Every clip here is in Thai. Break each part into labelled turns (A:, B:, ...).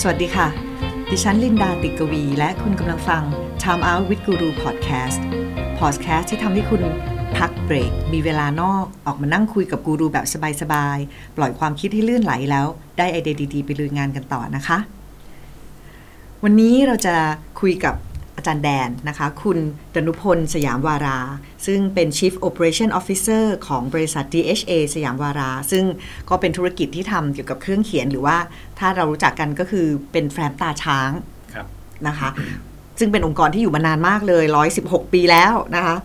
A: สวัสดีค่ะ ดิฉันลินดาติกวี และคุณกำลังฟัง Time Out with Guru Podcast Podcast ที่ทำให้คุณพักเบรก มีเวลานอก ออกมานั่งคุยกับกูรูแบบสบายๆ ปล่อยความคิดให้ลื่นไหลแล้ว ได้ไอเดียดีๆ ไปลุยงานกันต่อนะคะ วันนี้เราจะคุยกับอาจารย์แดนนะคะ คุณดนุพลสยามวารา ซึ่งเป็น Chief Operation Officer ของบริษัท DHA สยามวารา ซึ่งก็เป็นธุรกิจที่ทำเกี่ยวกับเครื่องเขียนหรือว่าถ้าเรารู้จักกันก็คือเป็นแฟ้มตาช้าง
B: ครับ
A: นะคะ ซึ่งเป็นองค์กรที่อยู่มานานมากเลย 116 ปีแล้วนะคะ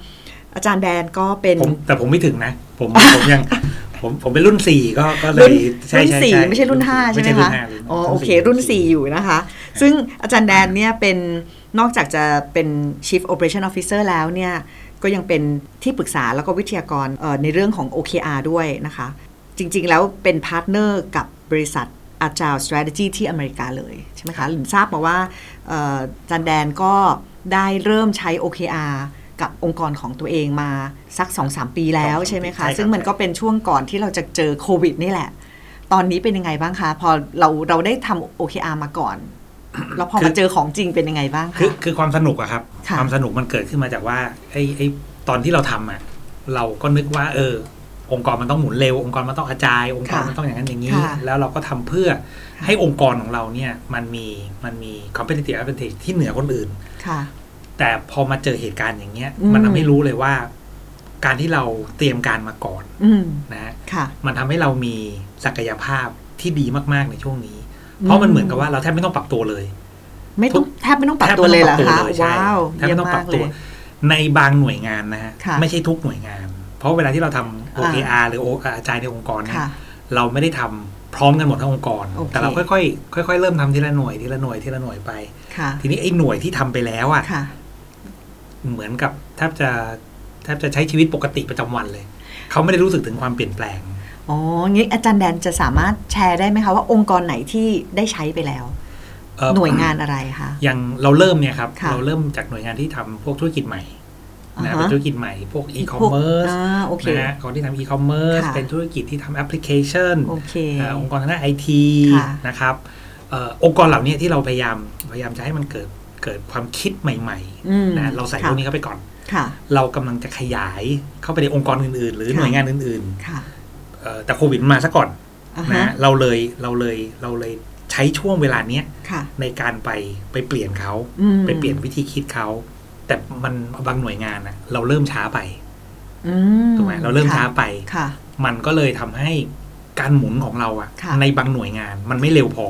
A: อาจารย์แดนก็เป็น
B: ผมแต่ผมไม่ถึงนะ ผมผมยัง ผมผมเป็นรุ่นสี่ก็ก็เล
A: รุ่น
B: ยใช่
A: รุ่น
B: ใช่
A: สี่
B: ใช่
A: ไม่ใช่รุ่นห้าใช่ไหม
B: ใช่รุ่
A: คะ
B: นห้า
A: อ๋อโอเค
B: สี่
A: รุ่นสี่อยู่นะคะ ซึ่งอาจารย์แดนเนี่ยเป็นนอกจากจะเป็น Chief Operation Officer แล้วเนี่ยก็ยังเป็นที่ปรึกษาแล้วก็วิทยากรเอ่อในเรื่องของ OKR ด้วยนะคะ จริงๆแล้วเป็นพาร์ทเนอร์กับบริษัท Agile Strategy ที่อเมริกาเลยใช่ไหมคะหลินทราบมาว่าเอ่ออาจารย์แดนก็ได้เริ่มใช้ OKR กับองค์กรของตัวเองมาสัก 2-3 ปีแล้วใช่ไหมคะ ซึ่งมันก็เป็นช่วงก่อนที่เราจะเจอโควิดนี่แหละ ตอนนี้เป็นยังไงบ้างคะ พอเราเราได้ทำ OKR มาก่อน แล้วพอมาเจอของจริงเป็นยังไงบ้าง
B: คือ
A: คะ
B: คือความสนุกอะครับ
A: ค่ะ
B: ความสนุกมันเกิดขึ้นมาจากว่าไอ้ไอ้ตอนที่เราทำอะเราก็นึกว่า เออ องค์กรมันต้องหมุนเร็ว องค์กรมันต้องกระจาย องค์กรมันต้องอย่างนั้นอย่างนี้
A: ค่ะ
B: แล้วเราก็ทำเพื่อให้องค์กรของเราเนี่ยมันมีมันมี competitive advantage ที่เหนือคนอื่น
A: ค่ะ
B: แต่พอมาเจอเหตุการณ์อย่างเงี้ย
A: อืม
B: มันทำให้รู้เลยว่า การที่เราเตรียมการมาก่อน
A: อืม
B: นะ
A: ค่ะ
B: มันทำให้เรามีศักยภาพที่ดีมากๆในช่วงนี้
A: อืม
B: เพราะมันเหมือนกับว่าเราแทบไม่ต้องปรับตัวเลย
A: ไม่ต้องแทบไม่ต้องปรับตัว
B: แท
A: เลย
B: บ
A: เหรอ
B: ไม่ต้องป
A: คะ
B: รับตัวเลยใช่
A: ว้าว
B: แทบ
A: เยี่ย
B: ไม่
A: ม
B: ต้องป
A: มา
B: รับ
A: กเล
B: ตัวย ในบางหน่วยงานนะฮะ
A: ค่ะ
B: ไม่ใช่ทุกหน่วยงาน เพราะเวลาที่เราทำ
A: อ่า
B: OKR หรือ O- อาจารย์ในองค์กรเนี่ย
A: ค่ะ
B: เราไม่ได้ทำพร้อมกันหมดทั้งองค์กร
A: โอเค
B: แต่เราค่อยๆค่อย ๆ เริ่มทำทีละหน่วยทีละหน่วยทีละหน่วยไป
A: ค่ะ
B: ทีนี้ไอ้หน่วยที่ทำไปแล้วอ่ะ
A: ค่ะ
B: เหมือนกับแทบจะแทบจะใช้ชีวิตปกติประจำวันเลย เขาไม่ได้รู้สึกถึงความเปลี่ยนแปลง
A: อ๋องี้อาจารย์แดนจะสามารถแชร์ได้ไหมคะว่าองค์กรไหนที่ได้ใช้ไปแล้ว
B: เอ่อ
A: หน่วยงานอะไรคะ
B: อย่างเราเริ่มเนี่ยครับ
A: ค่ะ
B: เราเริ่มจากหน่วยงานที่ทำพวกธุรกิจใหม่
A: อ่า
B: นะ
A: ฮะ
B: เป็นธุรกิจใหม่พวกอีคอมเมิร์ซ
A: อ่าโอเค
B: นะฮะคนที่ทำอีคอมเมิร์ซ
A: ค่ะ
B: เป็นธุรกิจที่ทำแอปพลิเคชัน
A: โอเค
B: อ่าองค์กรทางด้านไอที
A: ค่ะ
B: นะครับเอ่อองค์กรเหล่านี้ที่เราพยายามพยายามจะให้มันเกิดเกิดความคิดใหม่
A: อืม
B: ๆนะเราใส่พวกนี้
A: ค่ะ
B: เข้าไปก่อน
A: ค่ะ
B: เรากำลังจะขยายเข้าไปในองค์กรอื่นๆ หรือ
A: ค่ะ
B: หน่วยงานอื่น
A: ค่ะ
B: ๆเอ่อแต่โควิดมันมาซะก่อน
A: อ่า
B: นะ
A: ฮะ
B: ฮะเราเลยเราเลยเราเลยใช้ช่วงเวลาเนี้ย
A: ค่ะ
B: ในการไปไปเปลี่ยนเขา
A: อืม
B: ไปเปลี่ยนวิธีคิดเขา แต่มันบางหน่วยงานนะเราเริ่มช้าไป
A: อืม
B: ถูกไหมเราเริ่มช้า
A: ค่ะ
B: ไป
A: ค่ะ
B: มันก็เลยทำให้การหมุนของเราอะ
A: ค่ะ
B: ในบางหน่วยงานมันไม่เร็วพอ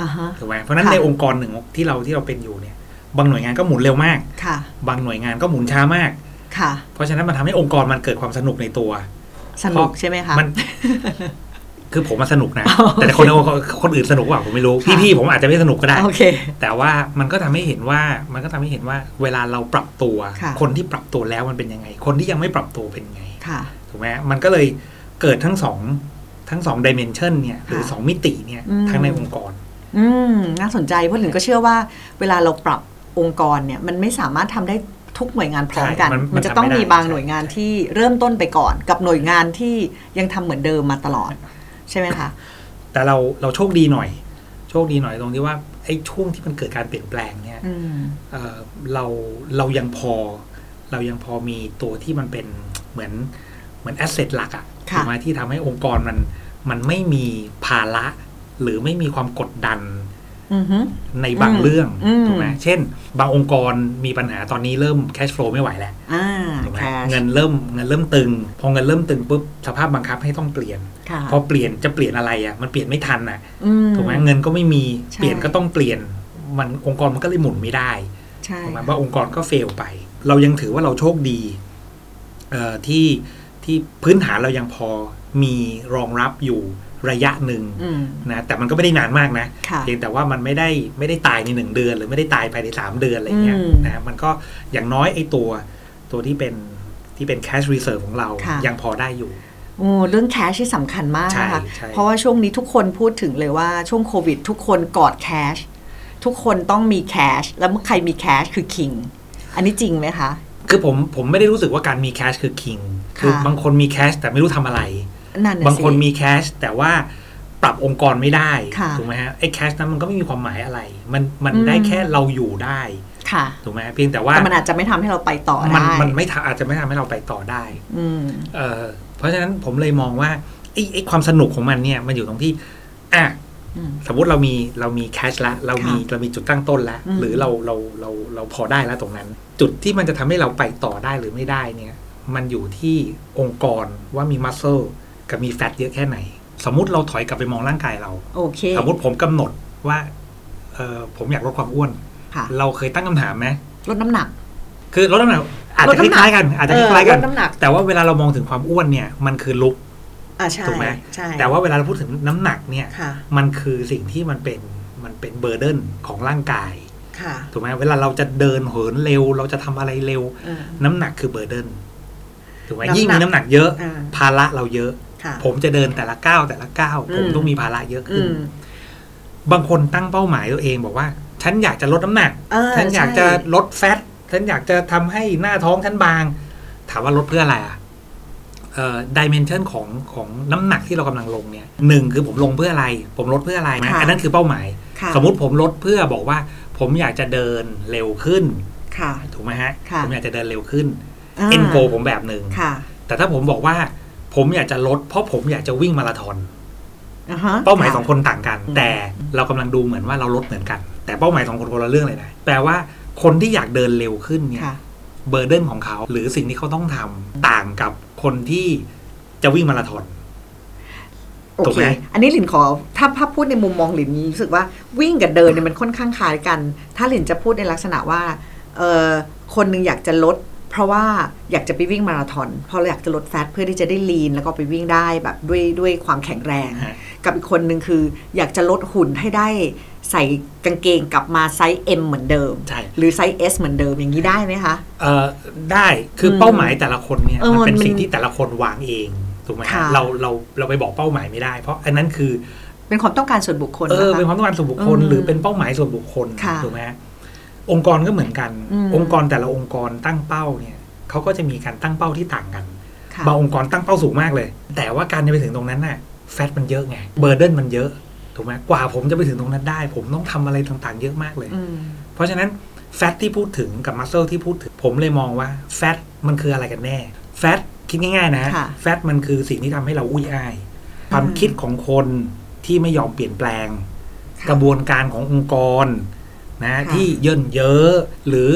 A: อ่าฮะ
B: ถูกไหมเพราะฉะนั้น
A: ค่ะ
B: ในองค์กรหนึ่งที่เราที่เราเป็นอยู่เนี่ย บางหน่วยงานก็หมุนเร็วมาก
A: ค่ะ
B: บางหน่วยงานก็หมุนช้ามาก
A: ค่ะ
B: เพราะฉะนั้นมันทำให้องค์กรมันเกิดความสนุกในตัว
A: สนุกใช่ไหมคะ
B: มัน คือผมมาสนุกนะ
A: อ๋อ
B: แต่คนในองค์กรคนอื่นสนุกหรือเปล่าผมไม่รู้
A: ค่ะ
B: พี่ๆผมอาจจะไม่สนุกก็ได้
A: โอเค
B: แต่ว่ามันก็ทำให้เห็นว่ามันก็ทำให้เห็นว่าเวลาเราปรับตัว
A: ค่ะ
B: นที่ปรับตัวแล้วมันเป็นยังไง คนที่ยังไม่ปรับตัวเป็นยังไง
A: ค่ะ
B: ถูกไหมมันก็เลยเกิดทั้งสองทั้งสองดิเมนชันเนี่ยหรือ
A: ค่ะ
B: สองมิติเนี่ย
A: อืม
B: ทั้งในองค์กร
A: อืมน่าสนใจเพราะหลินก็เชื่อว่า เวลาเราปรับองค์กรเนี่ย มันไม่สามารถทำได้ทุกหน่วยงานพร้อมกัน
B: ใช่มัน
A: มันจะต้อง
B: มันทำไม่
A: มี
B: ได้
A: บาง
B: ใช่
A: หน่วยงานที่เริ่มต้นไปก่อน กับหน่วยงานที่ยังทำเหมือนเดิมมาตลอด ใช่ไหมคะ
B: แต่เราเราโชคดีหน่อย โชคดีหน่อยตรงที่ว่าไอ้ช่วงที่มันเกิดการเปลี่ยนแปลงเนี่ย
A: อืม
B: เอ่อเราเรายังพอ เรายังพอมีตัวที่มันเป็นเหมือนเหมือนแอสเซทหลักอะ
A: ค่ะ
B: ถูกไหมที่ทำให้องค์กรมันมันไม่มีภาระหรือไม่มีความกดดัน
A: อือฮึ
B: ในบาง
A: อืม
B: เรื่อง
A: อืม
B: ถูกไหมเช่น บางองค์กรมีปัญหาตอนนี้เริ่ม cash flow ไม่ไหวแล้ว
A: อ่า
B: ถูกไหม
A: แคช
B: เงินเริ่มเงินเริ่มตึง พอเงินเริ่มตึงปุ๊บสภาพบังคับให้ต้องเปลี่ยน
A: ค่ะ
B: พอเปลี่ยนจะเปลี่ยนอะไรอ่ะมันเปลี่ยนไม่ทันอ่ะ
A: อืม
B: ถูกไหมเงินก็ไม่มี
A: ใช่
B: เปลี่ยนก็ต้องเปลี่ยน มันองค์กรมันก็เลยหมุนไม่ได้
A: ใช่
B: ถูกไหมว่าองค์กรก็เฟลไป เรายังถือว่าเราโชคดีเอ่อที่ที่พื้นฐานเรายังพอมีรองรับอยู่ระยะหนึ่ง
A: อืม
B: นะแต่มันก็ไม่ได้นานมากนะ
A: ค่ะ
B: เพียงแต่ว่ามันไม่ได้ไม่ได้ตายในหนึ่งเดือน หรือไม่ได้ตายภายในสามเดือนอะไรเงี้ย
A: อืม
B: นะมันก็อย่างน้อยไอ้ตัวตัวที่เป็นที่เป็น cash reserve ของเรา
A: ค่ะ
B: ยังพอได้อยู่
A: โอ้เรื่องแคชที่สำคัญมากนะคะ
B: ใช่ใช่
A: เพราะว่าช่วงนี้ทุกคนพูดถึงเลยว่าช่วงโควิด ทุกคนกอดแคชทุกคนต้องมีแคชแล้วเมื่อใครมีแคชคือคิง อันนี้จริงไหมคะ
B: คือผมผมไม่ได้รู้สึกว่าการมี cash คือ king
A: ค่ะ
B: บางคนมี cash แต่ไม่รู้ทำอะไร
A: นั่นน่ะสิ
B: บางคนมี cash แต่ว่าป ปรับองค์กรไม่ได้
A: ค่ะ
B: ถูกไหมฮะไอ้แคชนั้นมันก็ไม่มีความหมายอะไร มันมัน
A: อืม
B: ได้แค่เราอยู่ได้
A: ค่ะ
B: ถูกไหมฮะเพียงแต่ว่า
A: แต่มันอาจจะไม่ทำให้เราไปต่อ
B: มัน
A: ได้
B: มันไม่ทำอาจจะไม่ทำให้เราไปต่อได้
A: อืม
B: เอ่อเพราะฉะนั้นผมเลยมองว่าไอ้ไอ้ความสนุกของมันเนี่ยมันอยู่ตรงที่อ่ะ
A: อืม
B: สมมติเรามีเรามีแคชละเรามีเรามีจุดตั้งต้นละ
A: อืม
B: หรือเราเราเราเราพอได้แล้วตรงนั้น จุดที่มันจะทำให้เราไปต่อได้หรือไม่ได้เนี่ย มันอยู่ที่องค์กรว่ามีมัสเซลกับมีแฟตเยอะแค่ไหน สมมติเราถอยกลับไปมองร่างกายเรา
A: โอเค
B: สมมติผมกำหนดว่าเออผมอยากลดความอ้วน
A: ค่ะ
B: เราเคยตั้งคำถามไหม
A: ลดน้ำหนัก
B: คือลดน้ำหนักอาจจะคล้ายๆกันอาจจะ
A: เอ
B: ค
A: อ
B: ล้ายๆกั
A: ล
B: น
A: ดน้ำหนัก
B: แต่ว่าเวลาเรามองถึงความอ้วนเนี่ยมันคือลุก
A: อ่าใช่
B: ถูกไหม
A: ใช่
B: แต่ว่าเวลาเราพูดถึงน้ำหนักเนี่ย
A: ค่ะ
B: มันคือสิ่งที่มันเป็นมันเป็นเบอร์เดนของร่างกาย
A: ค่ะ
B: ถูกไหมเวลาเราจะเดินเหินเร็ว เราจะทำอะไรเร็ว
A: อืม
B: น้ำหนักคือเบอร์เดนถูกไหม
A: น้ำหนัก
B: ยิ่งมีน้ำหนักเยอะ
A: อ่า
B: ภาระเราเยอะ
A: ค่ะ
B: ผมจะเดินแต่ละก้าวแต่ละก้าว
A: อืม
B: ผมต้องมีภาระเยอะ
A: อื
B: ขึ้น
A: ม
B: บางคนตั้งเป้าหมายตัวเองบอกว่า ฉันอยากจะลดน้ำหนัก
A: เออ
B: ฉันอยาก
A: ใช่
B: จะลดแฟต ฉันอยากจะทำให้หน้าท้องฉันบาง ถามว่าลดเพื่ออะไรอะเอ่อดิเมนชันของของน้ำหนักที่เรากำลังลงเนี่ยหนึ่งคือผมลงเพื่ออะไร ผมลดเพื่ออะไรนะอันนั้นคือเป้าหมาย
A: ค่ะ
B: สมมุติผมลดเพื่อบอกว่า ผมอยากจะเดินเร็วขึ้น
A: ค่ะ
B: ถูกไหมฮะ
A: ค่ะ
B: ผมอยากจะเดินเร็วขึ้น
A: า
B: เอ็นโกผมแบบหนึ่ง
A: ค่ะ
B: แต่ถ้าผมบอกว่า ผมอยากจะลด เพราะผมอยากจะวิ่งมาราธอน
A: อ่ฮะ
B: เป้าหมายสองคนต่างกัน
A: อืม
B: แต่เรากำลังดูเหมือนว่าเราลดเหมือนกัน แต่เป้าหมายสองคนคนละเรื่องเลยนะแปลว่าคนที่อยากเดินเร็วขึ้นเนี่ย
A: ค่ะ
B: เบอร์เดนของเขาหรือสิ่งที่เขาต้องทำต่างกับคนที่จะวิ่งมาราธอน
A: โอ
B: ถูก
A: เค
B: ไหม
A: อันนี้หลินขอ ถ้าถ้าพูดในมุมมองหลินรู้สึกว่าวิ่งกับเดินเนี่ยมันค่อนข้างคล้ายกัน ถ้าหลินจะพูดในลักษณะว่าเออคนหนึ่งอยากจะลด เพราะว่าอยากจะไปวิ่งมาราธอนเพราะเราอยากจะลดแฟตเพื่อที่จะได้ลีนแล้วก็ไปวิ่งได้แบบด้วยด้วยความแข็งแรง
B: นะฮะ
A: กับอีกคนหนึ่งคืออยากจะลดหุ่นให้ได้ใส่กางเกงกลับมาไซส์ M เหมือนเดิม
B: ใช่
A: หรือไซส์ S เหมือนเดิมอย่างนี้ได้ไหมคะ
B: เอ่อได้คืออ
A: ม
B: เป้าหมายแต่ละคนเนี่ย
A: เออ
B: มันเป็น
A: มัน
B: สิ่งที่แต่ละคนวางเองถูกไหมฮะ
A: ค่ะ
B: เราเราเราไปบอกเป้าหมายไม่ได้ เพราะอันนั้นคือ
A: เป็นความต้องการส่วนบุคคล
B: เออ
A: นะ
B: เป็นค
A: คะ
B: วามต้องการส่วนบุคคล
A: อืม
B: หรือเป็นเป้าหมายส่วนบุคคล
A: ค่ะ
B: ถูกไหมฮะองค์กรก็เหมือนกัน
A: อืม
B: องค์กรแต่ละองค์กรตั้งเป้าเนี่ยเขาก็จะมีการตั้งเป้าที่ต่างกัน
A: ค่ะ
B: บางองค์กรตั้งเป้าสูงมากเลย แต่ว่าการจะไปถึงตรงนั้นน่ะแฟตมันเยอะไงเบอร์เดนมันเยอะถูกไหมกว่าผมจะไปถึงตรงนั้นได้ ผมต้องทำอะไรต่างๆ เยอะมากเลย
A: อืม
B: เพราะฉะนั้นแฟตที่พูดถึงกับมัสเซลที่พูดถึง ผมเลยมองว่าแฟตมันคืออะไรกันแน่แฟตคิดง่ายๆนะฮะ
A: ค่ะ
B: แฟตมันคือสิ่งที่ทำให้เราอุ้ยอ้าย ความ
A: อืม
B: คิดของคนที่ไม่ยอมเปลี่ยนแปลง
A: ค่ะ
B: กระบวนการขององค์กรนะ
A: ค่ะ
B: ที่เยินเยอะหรือ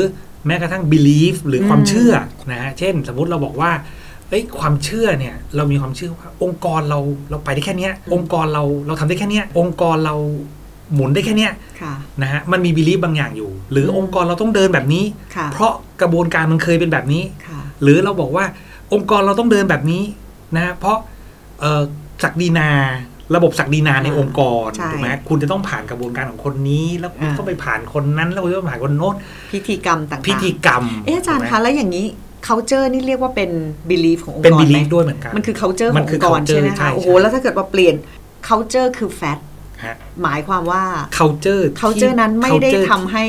B: แม้กระทั่ง belief หรือความ
A: อืม
B: เชื่อนะฮะเช่นสมมุติเราบอกว่าเอ้ยความเชื่อเนี่ยเรามีความเชื่อว่าองค์กรเราเราไปได้แค่เนี้ยองค์กรเราเราทำได้แค่เนี้ยองค์กรเราหมุนได้แค่เนี้ย
A: ค่ะ
B: นะฮะมันมี belief บางอย่างอยู่ หรือ
A: ม
B: องค์กรเราต้องเดินแบบนี้
A: ค่ะ
B: เพราะกระบวนการมันเคยเป็นแบบนี้
A: ค่ะ
B: หรือเราบอกว่าองค์กรเราต้องเดินแบบนี้นะฮะเพราะเอ่อศักดินา ระบบศักดินาใน
A: อ่า
B: องค์กร
A: ใช่
B: ถูกไหมคุณจะต้องผ่านกระบวนการของคนนี้ แล้วคุณ
A: อ่า
B: ต้องไปผ่านคนนั้น แล้วคุณต้องผ่านคนโน้น
A: พิธีกรรมต่างๆ
B: พิธีกรรม
A: เอ๊ะอาจารย์
B: ถูกไหม
A: คะแล้วอย่างนี้ culture นี่เรียกว่าเป็น belief ขององค์กร
B: เป็นบิลี
A: ไหม
B: ด้วยเหมือนกัน
A: มันคือ culture ข
B: มั
A: อน ง
B: คือ อง
A: ค์กร
B: culture
A: ใช่ไหม
B: ใช่
A: คะโอ้โห
B: ใช่
A: แล้วถ้าเกิดว่าเปลี่ยน culture คือ fat
B: ฮะ
A: หมายความว่า
B: culture ที่
A: culture นั้นไม่ได้
B: culture
A: ทำให้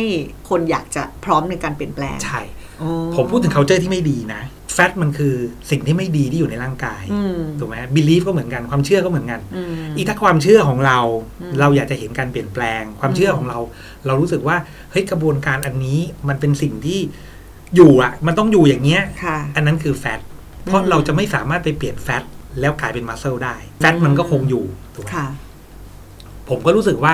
A: คนอยากจะพร้อมในการเปลี่ยนแปลง
B: ใช่
A: อ๋อ
B: ผมพูดถึง culture ที่ไม่ดีนะ fat มันคือสิ่งที่ไม่ดีที่อยู่ในร่างกาย
A: อืม
B: ถูกไหม belief ก็เหมือนกันความเชื่อก็เหมือนกัน
A: อืม
B: อีกถ้าความเชื่อของเรา
A: อืม
B: เราอยากจะเห็นการเปลี่ยนแปลง ความเชื่อของเรา เรารู้สึกว่าเฮ้ยกระบวนการอันนี้มันเป็นสิ่งที่อยู่อะมันต้องอยู่อย่างเงี้ย
A: ค่ะ
B: อันนั้นคือแฟตเพราะ
A: อืม
B: เราจะไม่สามารถไปเปลี่ยนแฟตแล้วกลายเป็นมัสเซลได้แฟต
A: อืม
B: มันก็คงอยู่ถูกไหม
A: ค่ะ
B: ผมก็รู้สึกว่า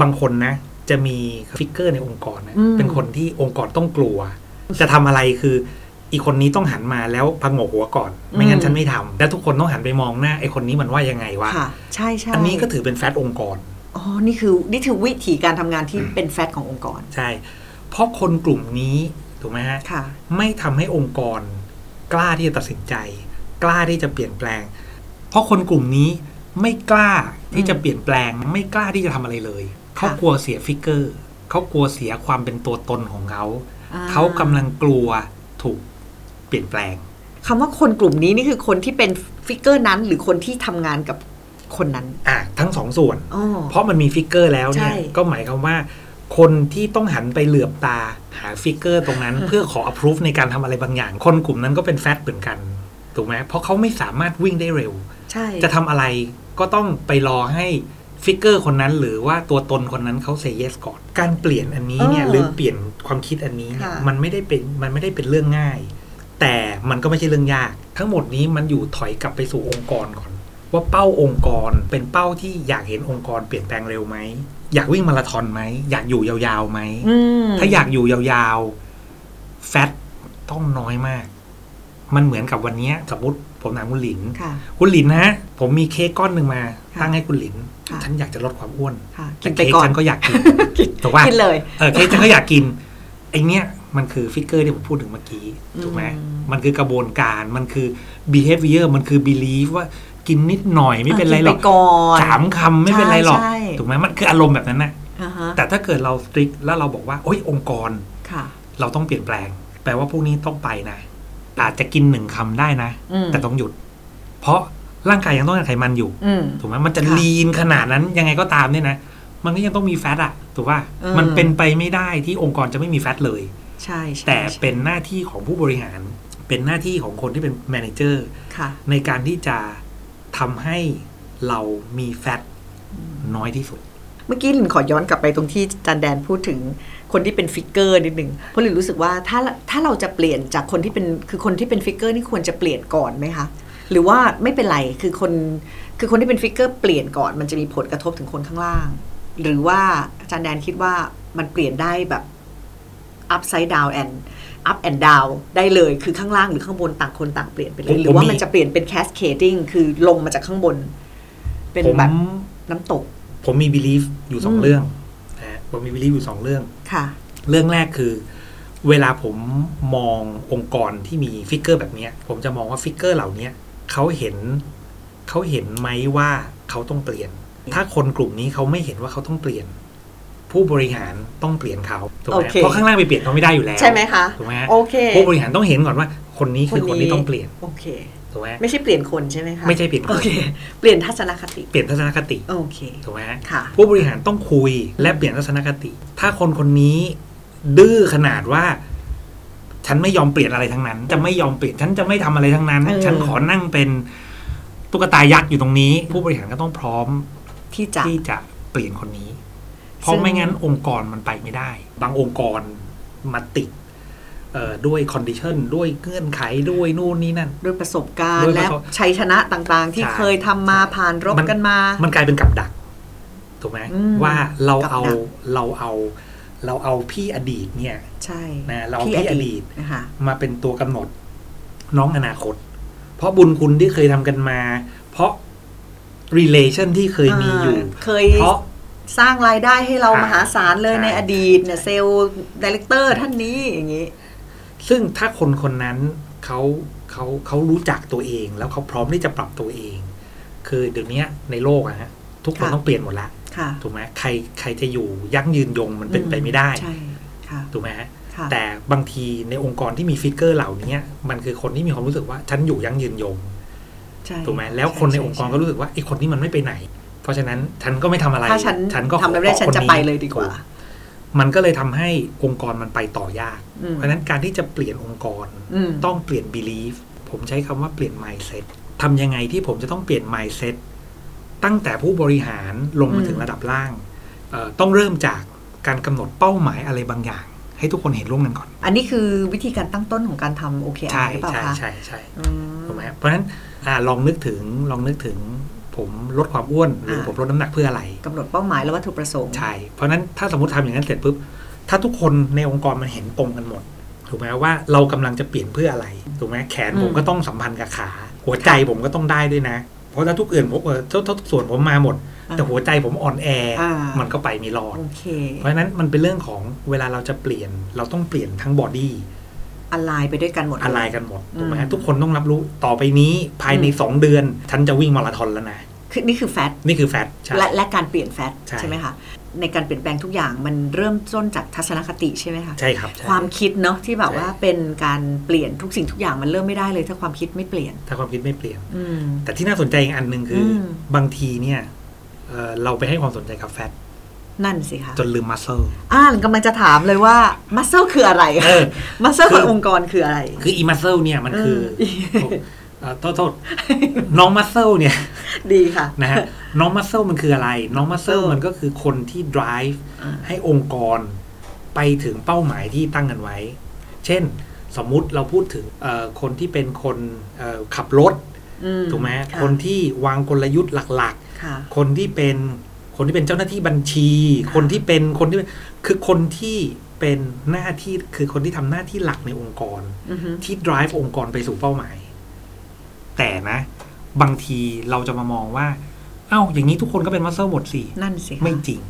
B: บางคนนะ จะมีฟิกเกอร์ในองค์กรนะ
A: อืม
B: เป็นคนที่องค์กรต้องกลัว จะทำอะไรคือ อีกคนนี้ต้องหันมาแล้วพังโงกหัวก่อน ไม่งั้นฉันไม่ทำแล้วทุกคนต้องหันไปมองหน้าไอคนนี้มันว่ายังไงวะ
A: ค่ะ ใช่ใช่
B: อันนี้ก็ถือเป็นแฟตองค์กร
A: อ๋อนี่คือนี่คือวิธีการทำงานที่เป็นแฟตขององค์กร
B: ใช่ เพราะคนกลุ่มนี้ถูกไหมฮะ
A: ค่ะ
B: ไม่ทำให้องค์กร กล้าที่จะตัดสินใจ กล้าที่จะเปลี่ยนแปลง เพราะคนกลุ่มนี้ไม่กล้าที่จะเปลี่ยนแปลง ไม่กล้าที่จะทำอะไรเลย เขากลัวเสียฟิกเกอร์ เขากลัวเสียความเป็นตัวตนของเขา
A: อ่า
B: เขากำลังกลัวถูกเปลี่ยนแปลง
A: คำว่าคนกลุ่มนี้นี่คือคนที่เป็นฟิกเกอร์นั้นหรือคนที่ทำงานกับคนนั้น
B: อ่ะทั้งสองส่วน
A: อ๋อ
B: เพราะมันมีฟิกเกอร์แล้วเนี่ย
A: ใช่
B: ก็หมายความว่า คนที่ต้องหันไปเหลือบตาหาฟิกเกอร์ตรง นั้น เพื่อขอ approve ในการทำอะไรบางอย่าง คนกลุ่มนั้นก็เป็นแฟตเหมือนกัน ถูกไหมเพราะเขาไม่สามารถวิ่งได้เร็ว
A: ใช่
B: จะทำอะไร ก็ต้องไปรอให้ฟิกเกอร์คนนั้นหรือว่าตัวตนคนนั้นเขาเซเยสก่อน การเปลี่ยนอันนี้เนี่ย
A: เออ
B: หรือเปลี่ยนความคิดอันนี้เนี่ย
A: ค่ะ
B: มันไม่ได้เป็นมันไม่ได้เป็นเรื่องง่าย แต่มันก็ไม่ใช่เรื่องยาก ทั้งหมดนี้มันอยู่ถอยกลับไปสู่องค์กรก่อน ว่าเป้าองค์กรเป็นเป้าที่อยากเห็นองค์กรเปลี่ยนแปลงเร็วไหมอยากวิ่งมาราธอนไหมอยากอยู่ยาวๆไหม
A: อืม
B: ถ้าอยากอยู่ยาวๆ แฟตต้องน้อยมาก มันเหมือนกับวันเนี้ยสมมติผมถามคุณหลิน
A: ค่ะ
B: คุณหลินนะ ผมมีเค้กก้อนหนึ่งมา
A: ค่ะ
B: ตั้งให้คุณหลิน
A: ค่ะ
B: ฉันอยากจะลดความอ้วน
A: ค่ะกิ
B: แต่
A: นไป
B: เค้ก
A: ก่อน
B: ฉันก็อยากกิ น ถูกป่ะ
A: กินเลย
B: เออเค้กฉันก็อยากกินไอเนี้ยมันคือฟิกเกอร์ที่ผมพูดถึงเมื่อกี้ถูกไหม
A: อืม
B: มันคือกระบวนการมันคือ behavior มันคือ belief ว่ากินนิดหน่อยไม่เป็นไรหรอก
A: กิปก่อน
B: สามคำไม่เป็นไรหรอก
A: ใช่ใช่
B: ถูกไหมมันคืออารมณ์แบบนั้นน่ะ
A: อ่าฮะ
B: แต่ถ้าเกิดเราสตริกแล้วเราบอกว่าโอ้ยองค์กร
A: ค่ะ
B: เราต้องเปลี่ยนแปลง แปลว่าพวกนี้ต้องไปนะ อาจจะกินหนึ่งคำได้นะ
A: อืม
B: แต่ต้องหยุด เพราะร่างกายยังต้องการไขมันอยู่
A: อืม
B: ถูกไหมมันจะ
A: ค่ะ
B: ลีนขนาดนั้นยังไงก็ตามเนี่ยนะ มันก็ยังต้องมีแฟตอะถูกป่ะ
A: เออ
B: มันเป็นไปไม่ได้ที่องค์กรจะไม่มีแฟตเลย
A: ใช่ใช่
B: แต่เป็นหน้าที่ของผู้บริหาร เป็นหน้าที่ของคนที่เป็นแมเนเจอร์
A: ค่ะ
B: ในการที่จะทำให้เรามีแฟตน้อยที่สุด
A: เมื่อกี้หลินขอย้อนกลับไปตรงที่จันแดนพูดถึงคนที่เป็นฟิกเกอร์นิดหนึ่งเพราะหลินรู้สึกว่าถ้าถ้าเราจะเปลี่ยนจากคนที่เป็นคือคนที่เป็นฟิกเกอร์นี่ควรจะเปลี่ยนก่อนไหมคะหรือว่าไม่เป็นไรคือคนคือคนที่เป็นฟิกเกอร์เปลี่ยนก่อนมันจะมีผลกระทบถึงคนข้างล่าง หรือว่าจันแดนคิดว่ามันเปลี่ยนได้แบบ upside down and up and down ได้เลยคือข้างล่างหรือข้างบนต่างคนต่างเปลี่ยนไปเล
B: ผ
A: ย
B: ม
A: หรือว่า
B: ผมมี
A: มันจะเปลี่ยนเป็น cascading คือลงมาจากข้างบน เป็น
B: ผม
A: แบบน้ำตก
B: ผมมีบิลีฟอยู่สอง
A: อืม
B: เรื่องนะฮะผมมีบิลีฟอยู่สองเรื่อง
A: ค่ะ
B: เรื่องแรกคือ เวลาผมมององค์กรที่มีฟิกเกอร์แบบเนี้ย ผมจะมองว่าฟิกเกอร์เหล่าเนี้ยเขาเห็นเขาเห็นไหมว่าเขาต้องเปลี่ยน ถ้าคนกลุ่มนี้เขาไม่เห็นว่าเขาต้องเปลี่ยน ผู้บริหารต้องเปลี่ยนเขาถูกไหม
A: โอเค
B: เพราะข้างล่างไปเปลี่ยนเขาไม่ได้อยู่แล้ว
A: ใช่ไหมคะ
B: ถูกไหมฮะ
A: โอเค
B: ผู้บริหารต้องเห็นก่อนว่า คนนี้คือคนที่ต้องเปลี่ยน
A: โอเค
B: ถูกไหม
A: ไม่ใช่เปลี่ยนคนใช่ไหมคะ
B: ไม่ใช่เปลี่ยนค
A: โอน เค เปลี่ยนทัศนคติ
B: เปลี่ยนทัศนคติ
A: โอเค
B: ถูกไหมฮะ
A: ค่ะ
B: ผู้บริหารต้องคุยและเปลี่ยนทัศนคติ ถ้าคนคนนี้ดื้อขนาดว่า ฉันไม่ยอมเปลี่ยนอะไรทั้งนั้น จะไม่ยอมเปลี่ยน ฉันจะไม่ทำอะไรทั้งนั้น
A: เออ
B: ฉันขอนั่งเป็นตุ๊กตายักษ์อยู่ตรงนี้ ผู้บริหารก็ต้องพร้อม
A: ที่จะ
B: ที่จะเปลี่ยนคนนี้ เพราะไม่งั้นองค์กรมันไปไม่ได้ บางองค์กรมาติดเอ่อด้วยคอนดิชันด้วยเงื่อนไขด้วยนู่นนี่นั่น
A: ด้วยประสบการ
B: ด้
A: ณ์
B: วยป
A: และ
B: ระสบ
A: ชัยชนะต่างๆ ที่
B: ใช่
A: เคยทำมา
B: ใช่
A: ผ่านรบ
B: มัน
A: กันมา
B: มันกลายเป็นกับดัก ถูกไหม
A: อืม
B: ว่าเราก
A: บดัก
B: เอาเราเอาเราเอาพี่อดีตเนี่ย
A: ใช่
B: นะเราเอาพี่อดีต
A: นะคะ
B: มาเป็นตัวกำหนดน้องอนาคต เพราะบุญคุณที่เคยทำกันมา เพราะ relation ที่เคยมีอยู่
A: อ่าเคย
B: เพราะ
A: สร้างรายได้ให้เรา
B: อ่าม
A: หาศาลเลย
B: ใช่
A: ในอดีตเนี่ยเซลล์ดีเลกเตอร์ท่านนี้อย่างนี้
B: ซึ่งถ้าคนคนนั้นเขาเขาเขารู้จักตัวเอง แล้วเขาพร้อมที่จะปรับตัวเอง คือเดี๋ยวนี้ในโลกอะฮะทุกคน
A: ค่ะ
B: ต้องเปลี่ยนหมดละ
A: ค่ะ
B: ถูกไหมใครใครจะอยู่ยั่งยืนยงมันเป็น
A: อืม
B: ไปไม่ได้
A: ใช่ ค่ะ
B: ถูกไหมฮะ
A: ค่ะ
B: แต่บางทีในองค์กรที่มีฟิกเกอร์เหล่านี้มันคือคนที่มีความรู้สึกว่าฉันอยู่ยั่งยืนยง
A: ใช่
B: ถูกไหมแล้วคนในองค์กรก็รู้สึกว่าไอ้คนนี้มันไม่ไปไหน เพราะฉะนั้นฉันก็ไม่ทำอะไร
A: ถ้าฉัน
B: ก็
A: ทำอะไรไม่ได้
B: ขอ
A: ฉันจะไปเลยดีกว่า
B: ถูมันก็เลยทำให้องค์กรมันไปต่อยาก
A: อืม
B: เพราะฉะนั้นการที่จะเปลี่ยนองค์กร
A: อืม
B: ต้องเปลี่ยน belief ผมใช้คำว่าเปลี่ยน mindset ทำยังไงที่ผมจะต้องเปลี่ยน mindset ตั้งแต่ผู้บริหารลงมาถึงระดับล่างเอ่อต้องเริ่มจากการกำหนดเป้าหมายอะไรบางอย่าง ให้ทุกคนเห็นร่วมกันก่อน
A: อันนี้คือวิธีการตั้งต้นของการทำโอเคอา
B: ใช่
A: ร์หรือเปล่า
B: ใช่
A: คะ
B: ใช่ใช่
A: อืม
B: ถูกไหมครับเพราะฉะนั้นอาลองนึกถึงลองนึกถึงผมลดความอ้วนหรืออา ผมลดน้ำหนักเพื่ออะไร
A: กำหนดเป้าหมายและวัตถุประสงค์
B: ใช่ เพราะฉะนั้นถ้าสมมติทำอย่างนั้นเสร็จปุ๊บ ถ้าทุกคนในองค์กรมันเห็นตรงกันหมด ถูกไหมว่าเรากำลังจะเปลี่ยนเพื่ออะไร ถูกไหมแขน
A: อืม
B: ผมก็ต้องสัมพันธ์กับขา หัวใจผมก็ต้องได้ด้วยนะ เพราะถ้าทุกอื่นผมเออทุกทุกส่วนผมมาหมด แต่หัวใจผมอ่อนแออา
A: มั
B: มันก็ไปไม่รอด
A: โอเค
B: เพราะฉะนั้นมันเป็นเรื่องของเวลาเราจะเปลี่ยน เราต้องเปลี่ยนทั้งบอดี้
A: อะไรไปด้วยกันหมด
B: อะไรกันหมดถูกไหม
A: อืม
B: ทุกคนต้องรับรู้ต่อไปนี้ภายใน
A: อืม
B: 2 เดือน ฉันจะวิ่งมาราธอนแล้วนะ
A: คือนี่คือแฟต
B: นี่คือแฟตใช่
A: และและการเปลี่ยนแฟต
B: ใช่
A: ใช่ไหมคะในการเปลี่ยนแปลงทุกอย่างมันเริ่มต้นจากทัศนคติใช่ไหมคะ
B: ใช่ครับใช่
A: ความคิดเนาะที่แบบ
B: ใช่
A: ว่าเป็นการเปลี่ยนทุกสิ่งทุกอย่างมันเริ่มไม่ได้เลย ถ้าความคิดไม่เปลี่ยน
B: ถ้าความคิดไม่เปลี่ยน
A: อืม
B: แต่ที่น่าสนใจอีกอันหนึ่งคืออ
A: ม
B: บางทีเนี่ยเอ่อเราไปให้ความสนใจกับแฟต
A: นั่นสิคะ
B: จนลืมมัสเซล
A: อ่านกำลังจะถามเลยว่ามัสเซลคืออะไร
B: เออ
A: มัสเซลข
B: คือ
A: ององค์กรคืออะไร
B: คืออีมัสเซลเนี่ยมันคือ
A: เออ
B: เอ อ่าโทษโทษน้องมัสเซลเนี่ย
A: ดีค่ะ
B: นะฮะน้องมัสเซลมันคืออะไร น้องมัสเซล
A: เออ
B: มันก็คือคนที่ drive
A: อ่า
B: ให้องค์กรไปถึงเป้าหมายที่ตั้งกันไว้ เช่นสมมุติเราพูดถึงเอ่อคนที่เป็นคนเอ่อขับรถ
A: อื
B: ถูกไหม
A: ะ
B: คนที่วางกลยุทธ์หลัก
A: ค่ะ
B: ๆ คนที่เป็นคนที่เป็นเจ้าหน้าที่บัญชี คนที่เป็นคนที่เป็นคือคนที่เป็นหน้าที่คือคนที่ทำหน้าที่หลักในองค์กร
A: อือฮึ
B: ที่ drive องค์กรไปสู่เป้าหมาย แต่นะ บางทีเราจะมามองว่า เอ้า อย่างนี้ทุกคนก็เป็นมัสเซอร์หมดสิ
A: นั่นสิค่ะ
B: ไม่จริง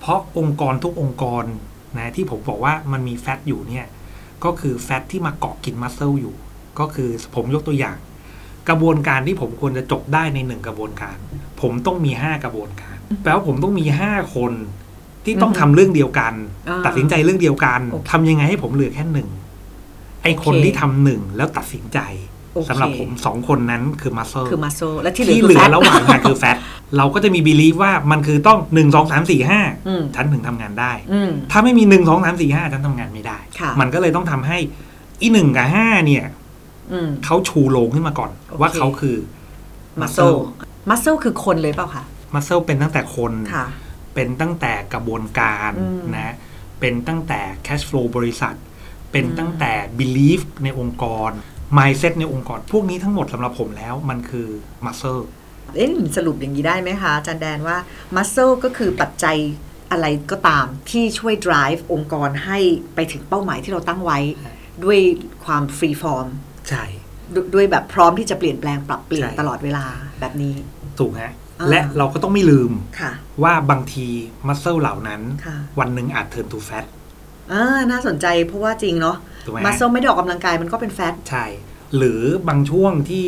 B: เพราะองค์กรทุกองค์กรนะที่ผมบอกว่ามันมีแฟตอยู่เนี่ย ก็คือแฟตที่มาเกาะกินมัสเซลอยู่ ก็คือผมยกตัวอย่าง กระบวนการที่ผมควรจะจบได้ในหนึ่งกระบวนการ ผมต้องมีห้ากระบวนการ แปลว่าผมต้องมีห้าคนที่ต้องทำเรื่องเดียวกัน
A: อ่า
B: ตัดสินใจเรื่องเดียวกัน
A: โอเค
B: ทำยังไงให้ผมเหลือแค่หนึ่งไอคน
A: โอเค
B: ที่ทำหนึ่งแล้วตัดสินใจ
A: โอเค
B: สำหรับผมสองคนนั้นคือมัสเซล
A: คือมาโซและที่
B: ที่
A: คื
B: เหลือ
A: แฟต
B: ระหว่างทางคือแฟต เราก็จะมีบีลีฟว่ามันคือต้องหนึ่งสองสามสี่ห้า
A: อืม
B: ฉันถึงทำงานได้
A: อืม
B: ถ้าไม่มีหนึ่งสองสามสี่ห้าฉันทำงานไม่ได้
A: ค่ะ
B: มันก็เลยต้องทำให้อีหนึ่งกับห้าเนี่ย
A: อืม
B: เขาชูโลงขึ้นมาก่อน
A: โอเค
B: ว่าเขาคือ
A: มาโซมาโซคือคนเลยเปล่าคะ
B: มัสเซลเป็นตั้งแต่คน
A: ค่ะ
B: เป็นตั้งแต่กระบวนการ
A: อืม
B: นะ เป็นตั้งแต่ cash flow บริษัท เป็นตั้งแต่ belief ในองค์กร mindset ในองค์กร พวกนี้ทั้งหมดสำหรับผมแล้วมันคือ muscle
A: เอ๊ะสรุปอย่างนี้ได้ไหมคะอาจารย์แดนว่า muscle ก็คือปัจจัยอะไรก็ตามที่ช่วย drive องค์กรให้ไปถึงเป้าหมายที่เราตั้งไว้ ด้วยความ free form
B: ใช่
A: ดด้วยแบบพร้อมที่จะเปลี่ยนแปลงปรับเปลี่ยน
B: ใช่
A: ตลอดเวลาแบบนี้
B: ถูกฮะ
A: อ่า
B: และเราก็ต้องไม่ลืม
A: ค่ะ
B: ว่าบางทีมัสเซลเหล่านั้น
A: ค่ะ
B: วันหนึ่งอาจเทิร์นทูแฟต
A: อ่าน่าสนใจเพราะว่าจริงเนาะ
B: ถูกไหม
A: มาโซไม่ได้ออกกำลังกายมันก็เป็นแฟต
B: ใช่ หรือบางช่วงที่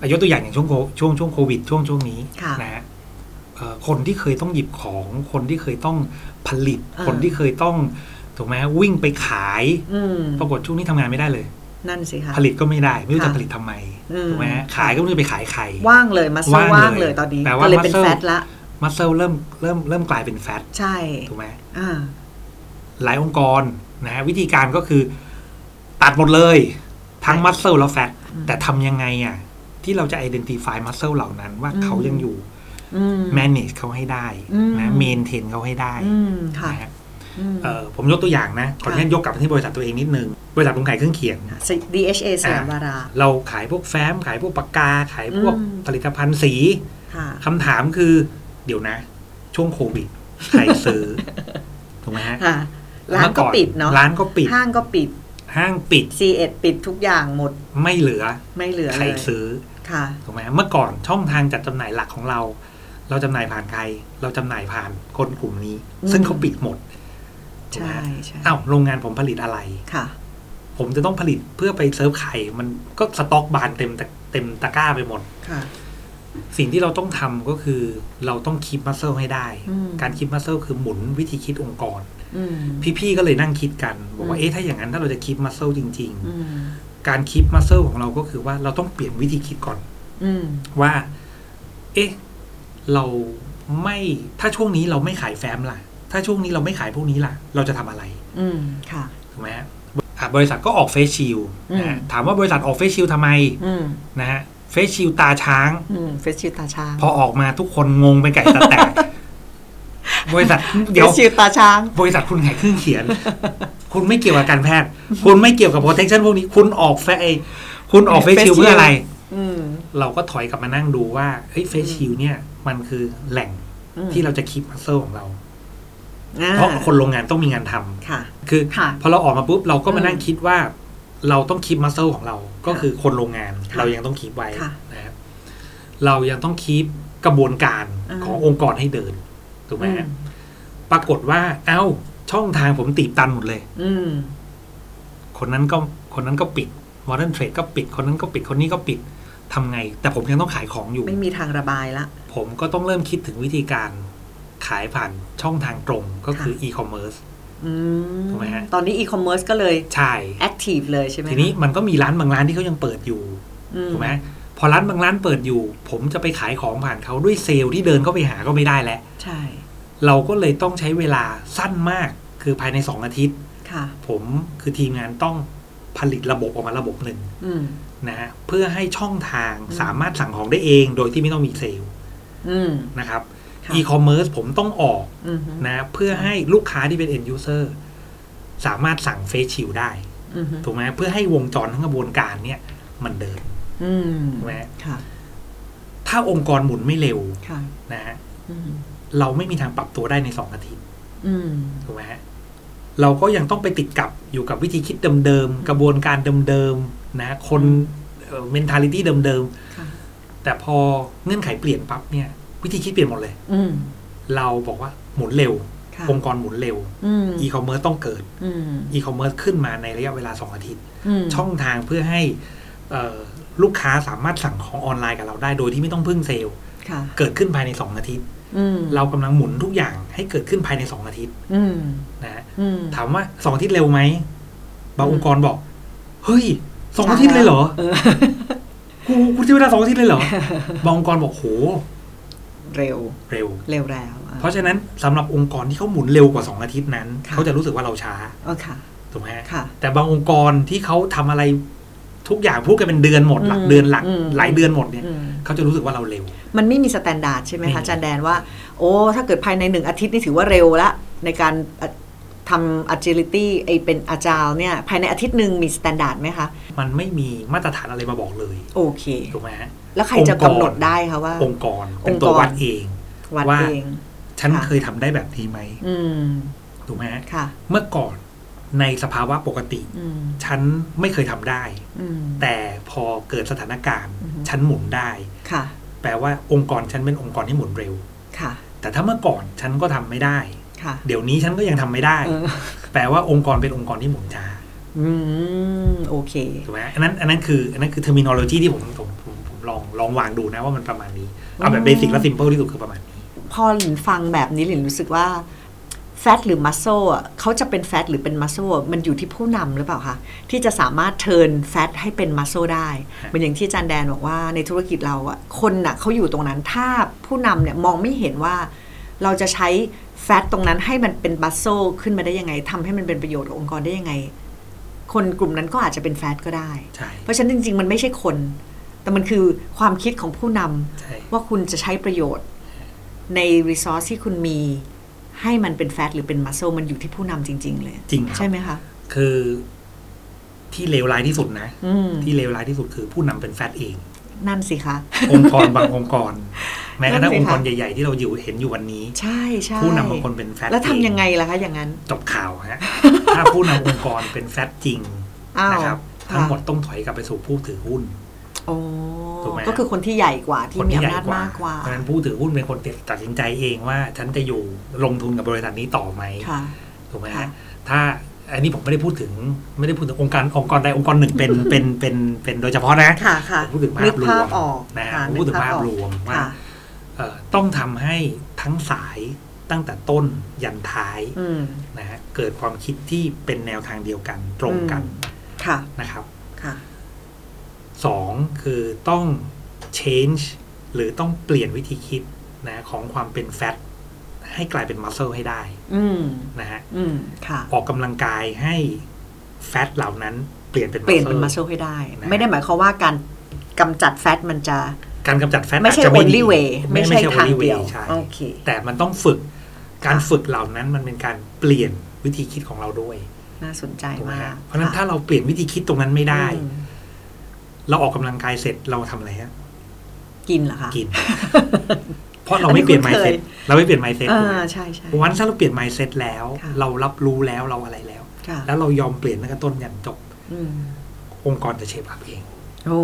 B: อายกตัวอย่างอย่างช่วงโคช่วงช่วงโควิด ช่วงช่วงนี้
A: ค่ะ
B: นะฮะเอ่อคนที่เคยต้องหยิบของคนที่เคยต้องผลิต
A: อ่า
B: คนที่เคยต้องถูกไหมวิ่งไปขาย
A: อืม
B: ปรากฏช่วงนี้ทำงานไม่ได้เลย
A: นั่นสิคะ
B: ผลิตก็ไม่ได้ ไม่รู้จะ
A: ค่ะ
B: ผลิตทำไม
A: อืม
B: ถูกไหมฮะขายก็ไม่รู้จะไปขายใคร
A: ว่างเลยมาโซ
B: ว่า
A: ว่าง ง
B: เล
A: เลย ยตอนนี้
B: แปลว่า
A: ก็เลยเป็น
B: muscle
A: แฟตละ
B: มัสเซลเริ่มเริ่มเริ่มกลายเป็นแฟต
A: ใช่
B: ถูกไหม
A: อ่า
B: หลายองค์กรนะฮะวิธีการก็คือตัดหมดเลยทั้ง
A: ใช่
B: มัสเซลและแฟต
A: อืม
B: แต่ทำยังไงอ่ะ ที่เราจะ identify มัสเซลเหล่านั้นว่า
A: อืม
B: เขายังอยู่
A: อืม
B: manage เขาให้ได้นะ
A: อืม
B: maintain เขาให้ได้
A: อืมค่ะ
B: นะฮะ
A: อืม
B: เอ่อผมยกตัวอย่างนะ ขออนุญาตยกกลับไปที่บริษัทตัวเองนิดนึง บริษัทผมขายเครื่องเขียน
A: DHA สยามวารา
B: เราขายพวกแฟ้ม ขายพวกปากกา ขายพวก
A: อืม
B: ผลิตภัณฑ์สี
A: ค่ะ
B: คำถามคือ เดี๋ยวนะ ช่วงโควิดใคร ซื้อ ถูกไหมฮะ
A: ค่ะ ร้านก็ปิดเนาะ
B: ร้านก็ปิด
A: ห้างก็ปิด
B: ห้างปิด
A: C ีเอ็ดปิดทุกอย่างหมด
B: ไม่เหลือ
A: ไม่เหลือ
B: ใค
A: เล
B: ร
A: ย
B: ซื้อ
A: ค่ะ
B: ถูกไหมเมื่อก่อนช่องทางจัดจำหน่ายหลักของเรา เราจำหน่ายผ่านใคร เราจำหน่ายผ่านคนกลุ่มนี้
A: อืม
B: ซึ่งเขาปิดหมดถูกไหม
A: ใช่ใช่
B: อ้าวโรงงานผมผลิตอะไร
A: ค่ะ
B: ผมจะต้องผลิตเพื่อไปเซิร์ฟไข่ มันก็สต็อกบานเต็มตะเต็มตะกร้าไปหมด
A: ค่ะ
B: สิ่งที่เราต้องทำก็คือเราต้องคิดมัสเซลให้ได้
A: อืม
B: การคิดมัสเซลคือหมุนวิธีคิดองค์กร
A: อืม
B: พี่ๆก็เลยนั่งคิดกัน บอกว่า
A: อืม
B: เอ๊ะถ้าอย่างนั้นถ้าเราจะคิดมัสเซลจริง
A: อืม
B: ๆ การคิดมัสเซลของเราก็คือว่าเราต้องเปลี่ยนวิธีคิดก่อน
A: อืม
B: ว่า เอ๊ะ เราไม่ ถ้าช่วงนี้เราไม่ขายแฟ้มล่ะ ถ้าช่วงนี้เราไม่ขายพวกนี้ล่ะ เราจะทำอะไร
A: อืมค่ะ
B: ถูกไหมฮะอ่ะบริษัทก็ออกเฟซชิลด์นะฮะ
A: อืม
B: ถามว่าบริษัทออกเฟซชิลด์ทำไม
A: อืม
B: นะฮะ เฟซชิลด์ตาช้าง
A: อืมเฟสชิลตาช้าง
B: พอออกมาทุกคนงงเป็นไก่ตาแต ก บริษัท เดี๋ยว
A: เฟสชิลตาช้าง
B: บริษัทคุณขายเครื่องเขียน คุณไม่เกี่ยวกับการแพทย์ คุณไม่เกี่ยวกับ protection พวกนี้ คุณออกแฟคุณออกเฟซชิลด์เพื่ออะไร
A: อืม
B: เราก็ถอยกลับมานั่งดูว่าเฮ้ยเฟซชิลเนี่ย มันคือแหล่ง
A: อืม
B: ที่เราจะคีปมัสเซลของเรา
A: อ่า
B: เพราะคนโรงงานต้องมีงานทำ
A: ค่ะ
B: คือ
A: ค่ะ
B: พอเราออกมาปุ๊บเราก็มานั่ง
A: อืม
B: คิดว่า เราต้องคีปมัสเซลของเรา ก็
A: ค่ะ
B: คือคนโรงงาน
A: ค่ะ
B: เรายังต้องคีปไว้
A: ค่ะ
B: นะครับเรายังต้องคีปกระบวนการ
A: อ่า
B: ขององค์กรให้เดินถูกไหม
A: อืม
B: ฮะปรากฏว่า เอ้าช่องทางผมตีบตันหมดเลย
A: อืม
B: คนนั้นก็คนนั้นก็ปิดมอร์เ n นเทรดก็ปิดคนนั้นก็ปิดคนนี้ก็ปิดทำไง แต่ผมยังต้องขายของอยู่
A: ไม่มีทางระบายละ
B: ผมก็ต้องเริ่มคิดถึงวิธีการขายผ่านช่องทางตรงก็คือ e-commerce
A: อืม
B: ถูกไหมฮะ
A: ตอนนี้อีคอมเมิร์ซก็เลย
B: ใช่
A: แอคทีฟเลยใช่ไหม
B: ทีนี้มันก็มีร้านบางร้านที่เขายังเปิดอยู่
A: อื
B: ถูกไหมพอร้านบางร้านเปิดอยู่ ผมจะไปขายของผ่านเขาด้วยเซลล์ที่เดินเข้าไปหาก็ไม่ได้แล้ว
A: ใช่
B: เราก็เลยต้องใช้เวลาสั้นมากคือภายใน 2 อาทิตย์
A: ค่ะ
B: ผมคือทีมงานต้องผลิตระบบออกมาระบบหนึ่ง
A: อืม
B: นะฮะเพื่อให้ช่องทางสามารถสั่งของได้เองโดยที่ไม่ต้องมีเซลล์
A: อืม
B: นะครับ
A: ค่ะ
B: อีคอมเมิร์ซผมต้องออก
A: อืม
B: นะเพื่อให้ลูกค้าที่เป็น end user สามารถสั่งเฟซชิลได้
A: อืม
B: ถูกไหมเพื่อให้วงจรทั้งกระบวนการเนี่ยมันเดิน
A: อืม
B: ถูกไหม
A: ค่ะ
B: ถ้าองค์กรหมุนไม่เร็ว
A: ค่ะ
B: นะฮะ
A: อืม
B: เราไม่มีทางปรับตัวได้ในสองอาทิตย์
A: อืม
B: ถูกไหมฮะเราก็ยังต้องไปติดกับอยู่กับวิธีคิดเดิมๆ กระบวนการเดิมๆนะคนเมนทาลิตี้เดิม
A: ค่ะ
B: ๆ แต่พอเงื่อนไขเปลี่ยนปั๊บเนี่ย วิธีคิดเปลี่ยนหมดเลย
A: อืม
B: เราบอกว่าหมุนเร็ว
A: ค่ะ
B: องค์กรหมุนเร็ว
A: อืม
B: อีคอมเมิร์ซต้องเกิด
A: อืม
B: อีคอมเมิร์ซขึ้นมาในระยะเวลาสองอาทิตย์
A: ม
B: ช่องทางเพื่อให้เอ่อลูกค้าสามารถสั่งของออนไลน์กับเราได้โดยที่ไม่ต้องพึ่งเซลล์
A: ค่ะ
B: เกิดขึ้นภายใน 2 อาทิตย์
A: อืม
B: เรากำลังหมุนทุกอย่างให้เกิดขึ้นภายใน 2 อาทิตย์
A: อืม
B: นะฮะ
A: อืม
B: ถามว่า 2 อาทิตย์เร็วไหมบาง
A: อืม
B: องค์กรบอก เฮ้ยสองอาทิตย์เลยเหรอ
A: เออ
B: กูกูใช้เวลาสองอาทิตย์เลยเหรอ บางองค์กรบอกโห
A: เร็ว
B: เร็ว
A: เร็วแล้วอ่ะ
B: เพราะฉะนั้นสำหรับองค์กรที่เขาหมุนเร็วกว่า 2 อาทิตย์นั้น
A: ค่ะ
B: เขาจะรู้สึกว่าเราช้า
A: เออค่ะ
B: ถูกไหมฮะ
A: ค่ะ
B: แต่บางองค์กรที่เขาทำอะไรทุกอย่างพูดกันเป็นเดือนหมดหลัก
A: อืม
B: เดือนหลัก
A: อืม
B: หลายเดือนหมดเนี่ย
A: อืม
B: เขาจะรู้สึกว่าเราเร็ว
A: มันไม่มีสแตนดาร์ดใช่ไหม
B: ไม่มี
A: คะอาจารย์แดนว่า โอ้ถ้าเกิดภายในหนึ่งอาทิตย์นี่ถือว่าเร็วละในการอ่ะทำ agility ไอเป็นอาจารย์เนี่ย ภายในอาทิตย์หนึ่งมีสแตนดาร์ดไหมคะ
B: มันไม่มีมาตรฐานอะไรมาบอกเลย
A: โอเค
B: ถูกไหมฮะ
A: แล้วใครจะกำหนดได้คะว่า
B: องค์กรเป็นตัว
A: องค์กร
B: วัดเอง
A: วัด
B: ว่า
A: เอง
B: ฉัน
A: ค่ะ
B: เคยทำได้แบบนี้ไหม
A: อืม
B: ถูกไหมฮะ
A: ค่ะ
B: เมื่อก่อนในสภาวะปกติ
A: อืม
B: ฉันไม่เคยทำได้
A: อืม
B: แต่พอเกิดสถานการณ์
A: อือฮึ
B: ฉันหมุนได้
A: ค่ะ
B: แปลว่าองค์กรฉันเป็นองค์กรที่หมุนเร็ว
A: ค่ะ
B: แต่ถ้าเมื่อก่อนฉันก็ทำไม่ได้
A: ค่ะ
B: เดี๋ยวนี้ฉันก็ยังทำไม่ได้
A: เออ
B: แปลว่าองค์กรเป็นองค์กรที่หมุนช้า
A: อืม โอเค
B: ถูกไหมอันนั้นอันนั้นคืออันนั้นคือ terminology ที่ผมผมผมผมลองลองวางดูนะว่ามันประมาณนี้เอาแบบเบสิกและ simple ที่สุดคือประมาณนี้
A: พอหลินฟังแบบนี้หลินรู้สึกว่าแฟตหรือมัสโซอ่ะเขาจะเป็นแฟตหรือเป็นมัสโซมันอยู่ที่ผู้นำหรือเปล่าคะที่จะสามารถเทิร์นแฟตให้เป็นมัสโซได้เหมือนอย่างที่อาจารย์แดนบอกว่าในธุรกิจเราอ่ะคนน่ะเขาอยู่ตรงนั้นถ้าผู้นำเนี่ยมองไม่เห็นว่า เราจะใช้แฟตตรงนั้นให้มันเป็นมัสโซขึ้นมาได้ยังไงทำให้มันเป็นประโยชน์กับองค์กรได้ยังไง คนกลุ่มนั้นก็อาจจะเป็นแฟตก็ได้
B: ใช่
A: เพราะฉะนั้นจริง ๆ มันไม่ใช่คน แต่มันคือความคิดของผู้นำ
B: ใช่
A: ว่าคุณจะใช้ประโยชน์ในรีซอสที่คุณมี ให้มันเป็นแฟตหรือเป็นมัสเซลมันอยู่ที่ผู้นำจริง ๆ เลย
B: จริงครับ
A: ใช่ไหมคะ
B: คือที่เลวร้ายที่สุดนะ
A: อืม
B: ที่เลวร้ายที่สุดคือผู้นำเป็นแฟตเอง
A: นั่นสิคะ
B: องค์กรบางองค์ก ร แม้กระทั่ง
A: นั่
B: อน
A: สิ
B: งค์กร
A: ค่ะ
B: ใหญ่ๆ ที่เราอยู่เห็นอยู่วันนี้
A: ใช่ใช่
B: ผู้นำบางคนเป็นแฟต
A: แล้วทำ
B: เอ
A: ยังไงล่ะคะอย่างนั้น
B: จบข่าว ฮะ ถ้าผู้นำองค์กรเป็นแฟตจริง
A: อ้าว
B: นะครับ
A: ค่ะ
B: ทั้งหมดต้องถอยกลับไปสู่ผู้ถือหุ้น
A: โอ้
B: ถูกไหม
A: ก็คือคนที่ใหญ่กว่า
B: ค
A: ที่
B: น
A: มี
B: ที่ใหญ่
A: อำนาจ
B: กว่าม
A: ากกว่า
B: เพราะฉะนั้นผู้ถือหุ้นเป็นคนตัดสินใจเองว่า ฉันจะอยู่ลงทุนกับบริษัทนี้ต่อไหม
A: ค่ะ
B: ถูกไหม
A: ค่ะ
B: ฮะถ้าอันนี้ผมไม่ได้พูดถึงไม่ได้พูดถึงองค์การองค์กรใดองค์กรหนึ่งเป็น เป็นเป็นเป็นโดยเฉพาะนะ
A: ค่ะค่ะ
B: ผมพูดถึงภา
A: นึ
B: พ
A: ก
B: รว
A: ภาพ
B: ม
A: ออก
B: นะ
A: ค่ะ
B: ผม
A: นึ
B: พูด
A: ก
B: ถึง
A: ภาพ
B: ภาพ
A: ออก
B: รวมว่า
A: ค่ะ
B: เอ่อต้องทำให้ทั้งสายตั้งแต่ต้นยันท้าย
A: อืม
B: นะฮะเกิดความคิดที่เป็นแนวทางเดียวกันตรงกัน
A: อื ค่ะ
B: นะครับ
A: ค่ะ
B: สองคือต้อง change หรือต้องเปลี่ยนวิธีคิดนะของความเป็นแฟตให้กลายเป็นมัสเซลให้ได้
A: อืม
B: นะฮะ
A: อืมค่ะ
B: ออกกำลังกายให้แฟตเหล่านั้นเปลี่ยนเป็น
A: เปลี่ยนเป็น
B: muscle
A: มัสเซลให้ได้
B: นะ
A: ไม่ได้หมายความว่าการกำจัดแฟตมันจะ
B: การกำจัดแฟต
A: ไม่ใช่
B: อาจจะ
A: only
B: ดี
A: way ไม่ใช่ทาง
B: only way
A: เดียว
B: ใช่
A: โอเค
B: แต่มันต้องฝึก การ
A: ค่ะ
B: ฝึกเหล่านั้นมันเป็นการเปลี่ยนวิธีคิดของเราด้วย
A: น่าสนใจ
B: ถูกไหม
A: มา
B: ฮะ
A: ก
B: เพราะฉะนั้นถ้าเราเปลี่ยนวิธีคิดตรงนั้นไม่ได้
A: อืม
B: เราออกกำลังกายเสร็จเราทำอะไรฮะ
A: กินเหรอคะ
B: กิน เพราะเราไม่เปลี่ยนไมเซ็ตเราไม่เปลี่ยนไมเซ็ต
A: เออใช่ใช่
B: วันถ้าเราเปลี่ยนไมเซ็ตแล้ว
A: ค่ะ
B: เรารับรู้แล้วเราอะไรแล้ว
A: ค่ะ
B: แล้วเรายอมเปลี่ยนตั้งแต่ต้นยันจบ
A: อืม
B: องค์กรจะเชฟอัพเอง
A: โอ้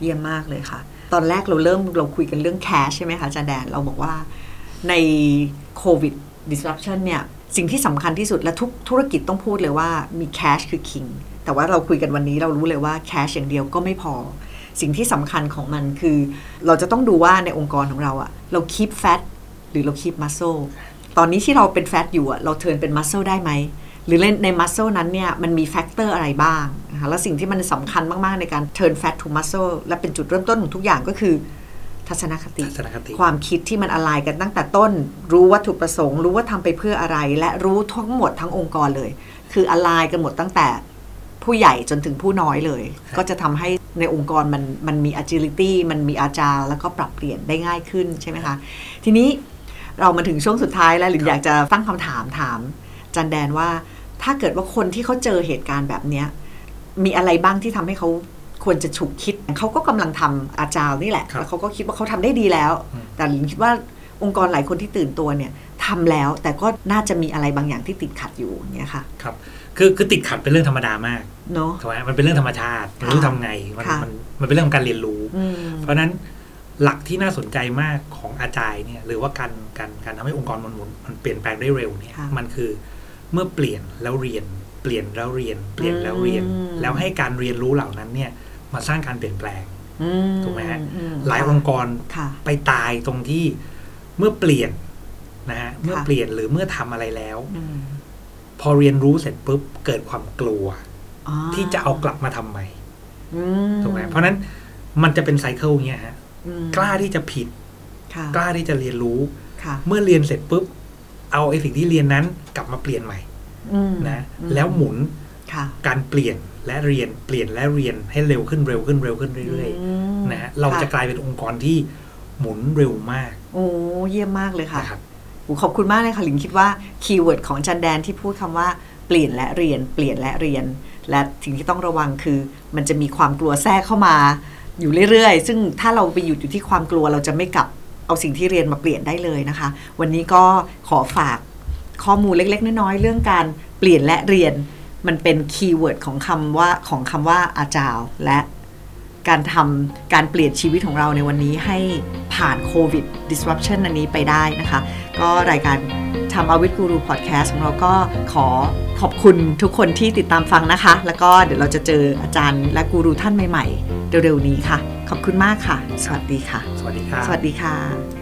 A: เยี่ยมมากเลยค่ะ ตอนแรกเราเริ่มเราคุยกันเรื่องแคชใช่ไหมคะอาจารย์แดนเราบอกว่าในโควิด disruption เนี่ย สิ่งที่สำคัญที่สุดและทุกธุรกิจต้องพูดเลยว่ามีแคชคือ king แต่ว่าเราคุยกันวันนี้เรารู้เลยว่าแคชอย่างเดียวก็ไม่พอ สิ่งที่สำคัญของมันคือ เราจะต้องดูว่าในองค์กรของเราอะเราคีปแฟตหรือเราคีปมัสโซตอนนี้ที่เราเป็นแฟตอยู่อะเราเทิร์นเป็นมัสโซได้ไหม หรือเล่นในมัสโซนั้นเนี่ยมันมีแฟกเตอร์อะไรบ้างนะคะแล้วสิ่งที่มันสำคัญมาก ๆ ในการเทิร์นแฟตทูมัสโซและเป็นจุดเริ่มต้นของทุกอย่างก็คือ ทัศนคติ
B: ทัศนคติ
A: ความคิดที่มันอะไรกันตั้งแต่ต้น รู้วัตถุประสงค์ รู้ว่าทำไปเพื่ออะไร และรู้ทั้งหมดทั้งองค์กรเลย คืออะไรกันหมดตั้งแต่ ผู้ใหญ่จนถึงผู้น้อยเลย ก็จะทำให้ในองค์กรมันมันมี agility มันมีอาจาแล้วก็ปรับเปลี่ยนได้ง่ายขึ้นใช่ไหมคะ ทีนี้เรามาถึงช่วงสุดท้ายแล้วหรืออยากจะตั้งคำถามถาม จันแดนว่าถ้าเกิดว่าคนที่เขาเจอเหตุการณ์แบบเนี้ยมีอะไรบ้างที่ทำให้เขาควรจะฉุกคิดเขาก็กำลังทำอาจารย์นี่แหละ
B: ครับ
A: แล้วเขาก็คิดว่าเขาทำได้ดีแล้ว
B: อืม
A: แต่หลินคิดว่าองค์กรหลายคนที่ตื่นตัวเนี่ยทำแล้วแต่ก็น่าจะมีอะไรบางอย่างที่ติดขัดอยู่อย่างเงี้ยค่ะ
B: ครับคือคือติดขัดเป็นเรื่องธรรมดามาก
A: เนาะ
B: ถูกไหมมันเป็นเรื่องธรรมชาติมันไม่รู้
A: ค่ะ
B: ทำไงมัน
A: ค่ะ
B: มันมันเป็นเรื่องของการเรียนรู้
A: อืม
B: เพราะฉะนั้นหลักที่น่าสนใจมากของอาจายเนี่ยหรือว่าการการการทำให้องค์กรมันหมุนมันเปลี่ยนแปลงได้เร็วเนี่ย
A: ค่ะ
B: มันคือเมื่อเปลี่ยนแล้วเรียน เปลี่ยนแล้วเรียน เปลี่ยนแล้วเรียน แล้วให้การเรียนรู้เหล่านั้นเนี่ยมาสร้างการเปลี่ยนแปลง
A: อื
B: ถูกไหมฮะ
A: อื
B: หลายองค์กร
A: ค่ะ
B: ไปตายตรงที่เมื่อเปลี่ยนนะฮะเมื่อ
A: ค่ะ
B: เปลี่ยนหรือเมื่อทำอะไรแล้ว
A: อืม
B: พอเรียนรู้เสร็จปุ๊บเกิดความกลัว
A: อ่
B: ที่จะเอากลับมาทำใหม่
A: อื
B: ถูกไหมเพราะฉะนั้นมันจะเป็นไซเคิลเงี้ยฮะ
A: อืม
B: กล้าที่จะผิด
A: ค่ะ
B: กล้าที่จะเรียนรู้
A: ค่ะ
B: เมื่อเรียนเสร็จปุ๊บ เอาไอ้สิ่งที่เรียนนั้นกลับมาเปลี่ยนใหม่
A: อืม
B: นะ
A: อืม
B: แล้วหมุน
A: ค่ะ
B: การเปลี่ยนและเรียนเปลี่ยนและเรียนให้เร็วขึ้นเร็วขึ้นเร็วขึ้นเรื่อย
A: ม
B: ๆนะฮะเราจะก
A: ค่
B: ลายเป็นองค์กรที่หมุนเร็วมาก
A: โอ้เยี่ยมมากเลยค่ะ
B: นะครับ
A: โอ้ขอบคุณมากเลยค่ะหลิงคิดว่าคีย์เวิร์ดของจันแดนที่พูดคำว่าเปลี่ยนและเรียน เปลี่ยนและเรียน และสิ่งที่ต้องระวังคือ มันจะมีความกลัวแทรกเข้ามาอยู่เรื่อยๆ ซึ่งถ้าเราไปหยุดอยู่ที่ความกลัวเราจะไม่กลับเอาสิ่งที่เรียนมาเปลี่ยนได้เลยนะคะ วันนี้ก็ขอฝาก ข้อมูลเล็ก ๆ น้อยๆเรื่องการเปลี่ยนและเรียน มันเป็นคีย์เวิร์ดของคำว่าของคำว่าอาจารย์และการทำการเปลี่ยนชีวิตของเราในวันนี้ให้ผ่านโควิด disruption อันนี้ไปได้นะคะ ก็รายการทำอาวิทกูรูพอดแคสต์ของเราก็ขอขอบคุณทุกคนที่ติดตามฟังนะคะ แล้วก็เดี๋ยวเราจะเจออาจารย์และกูรูท่านใหม่ๆ เร็วๆนี้ค่ะ ขอบคุณมากค่ะ สวัสดีค่ะ
B: สวัสดีครับ
A: สวัสดีค่ะ